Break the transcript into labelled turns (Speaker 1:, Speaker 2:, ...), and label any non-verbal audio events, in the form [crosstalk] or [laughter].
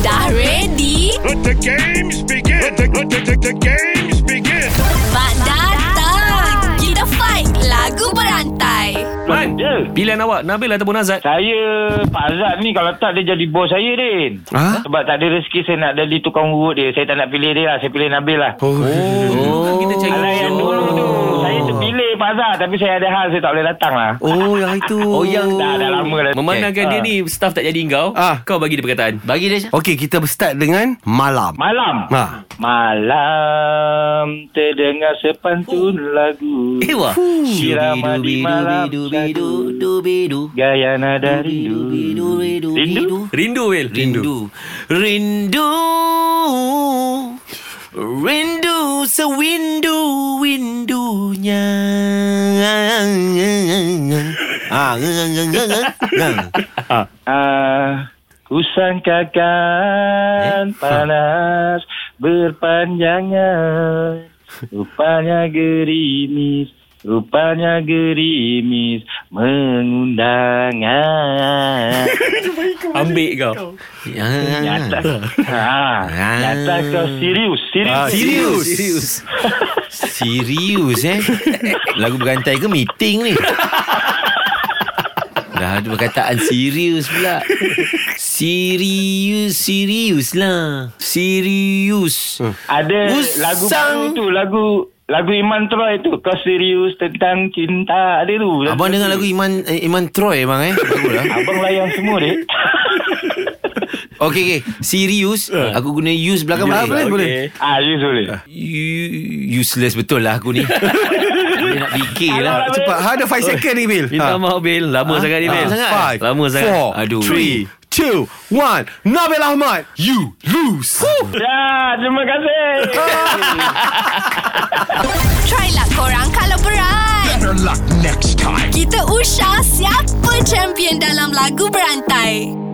Speaker 1: Dah ready?
Speaker 2: Let the games begin. Let the, let the, the, the games begin.
Speaker 1: Mak datang! Kita fight lagu berantai.
Speaker 3: Man,
Speaker 4: Ya.
Speaker 3: pilihan awak Nabil ataupun Azad?
Speaker 4: Saya Pak Azad ni kalau tak dia jadi bos saya Din.
Speaker 5: Ha?
Speaker 4: Sebab tak ada rezeki saya nak jadi tukang urut dia. Saya tak nak pilih dia lah. Saya pilih Nabil lah.
Speaker 5: Oh.
Speaker 3: Kan kita cari
Speaker 4: Alah yang dulu tu saya terpilih Pak Azad tapi saya ada hal saya tak boleh datang lah.
Speaker 5: Oh, yang itu.
Speaker 3: Oh, yang-
Speaker 4: Dah, dah lama dah.
Speaker 3: Memandangkan
Speaker 4: Ah.
Speaker 3: dia ni staff tak jadi engkau,
Speaker 5: Ah.
Speaker 3: kau bagi dia perkataan.
Speaker 6: Bagi dia Syah.
Speaker 5: Okey, kita start dengan malam.
Speaker 4: Malam.
Speaker 5: Ha.
Speaker 4: Malam terdengar sepantun lagu.
Speaker 3: Eh, wah.
Speaker 4: Sirama di malam
Speaker 6: Dubi-dubi-dubi-du,
Speaker 4: satu.
Speaker 6: dubi-du.
Speaker 4: Gaya nada rindu.
Speaker 6: Dubi-dubi-dubi-du,
Speaker 4: Rindu?
Speaker 3: Rindu,
Speaker 6: rindu.
Speaker 3: Will.
Speaker 6: Rindu Rindu Rindu sewindu-windunya Ah,
Speaker 4: Ah, kusangkakan panas berpanjangan. Rupanya gerimis, rupanya gerimis mengundangan.
Speaker 3: Ambil kau.
Speaker 4: Nyata. ha, nyata kau serius, serius.
Speaker 3: Ah,
Speaker 6: Serius Serius eh Lagu berantai ke meeting ni Dah ada perkataan serius pula Serius Serius lah Serius
Speaker 5: Hmm.
Speaker 4: Ada
Speaker 6: Usang.
Speaker 4: lagu baru tu, lagu lagu Iman Troy tu. Kau serius tentang cinta ada tu.
Speaker 6: Abang dengar lagu Iman eh, Iman Troy bang eh Bagus lah
Speaker 4: Abang layan semua dek.
Speaker 6: Okay, okay. Serius Aku guna use belakang
Speaker 5: Ah, Hmm. boleh, boleh.
Speaker 4: ah, you boleh.
Speaker 6: U- Useless betul lah
Speaker 5: [laughs]
Speaker 6: aku ni Dia nak fikir lah
Speaker 4: Alamak.
Speaker 5: Cepat. Ha, ada 5 second ni, Bil.
Speaker 3: Minta maaf, Bil. Lama sangat ni,
Speaker 6: Ah,
Speaker 3: Bil.
Speaker 6: sangat.
Speaker 5: Five,
Speaker 3: Lama sangat.
Speaker 5: Four,
Speaker 6: Aduh.
Speaker 5: three, two, one. Nabil Ahmad, you lose.
Speaker 4: Ya, terima kasih.
Speaker 1: Try lah korang kalau berat.
Speaker 2: Better luck next time.
Speaker 1: Kita usah siapa champion dalam lagu berantai.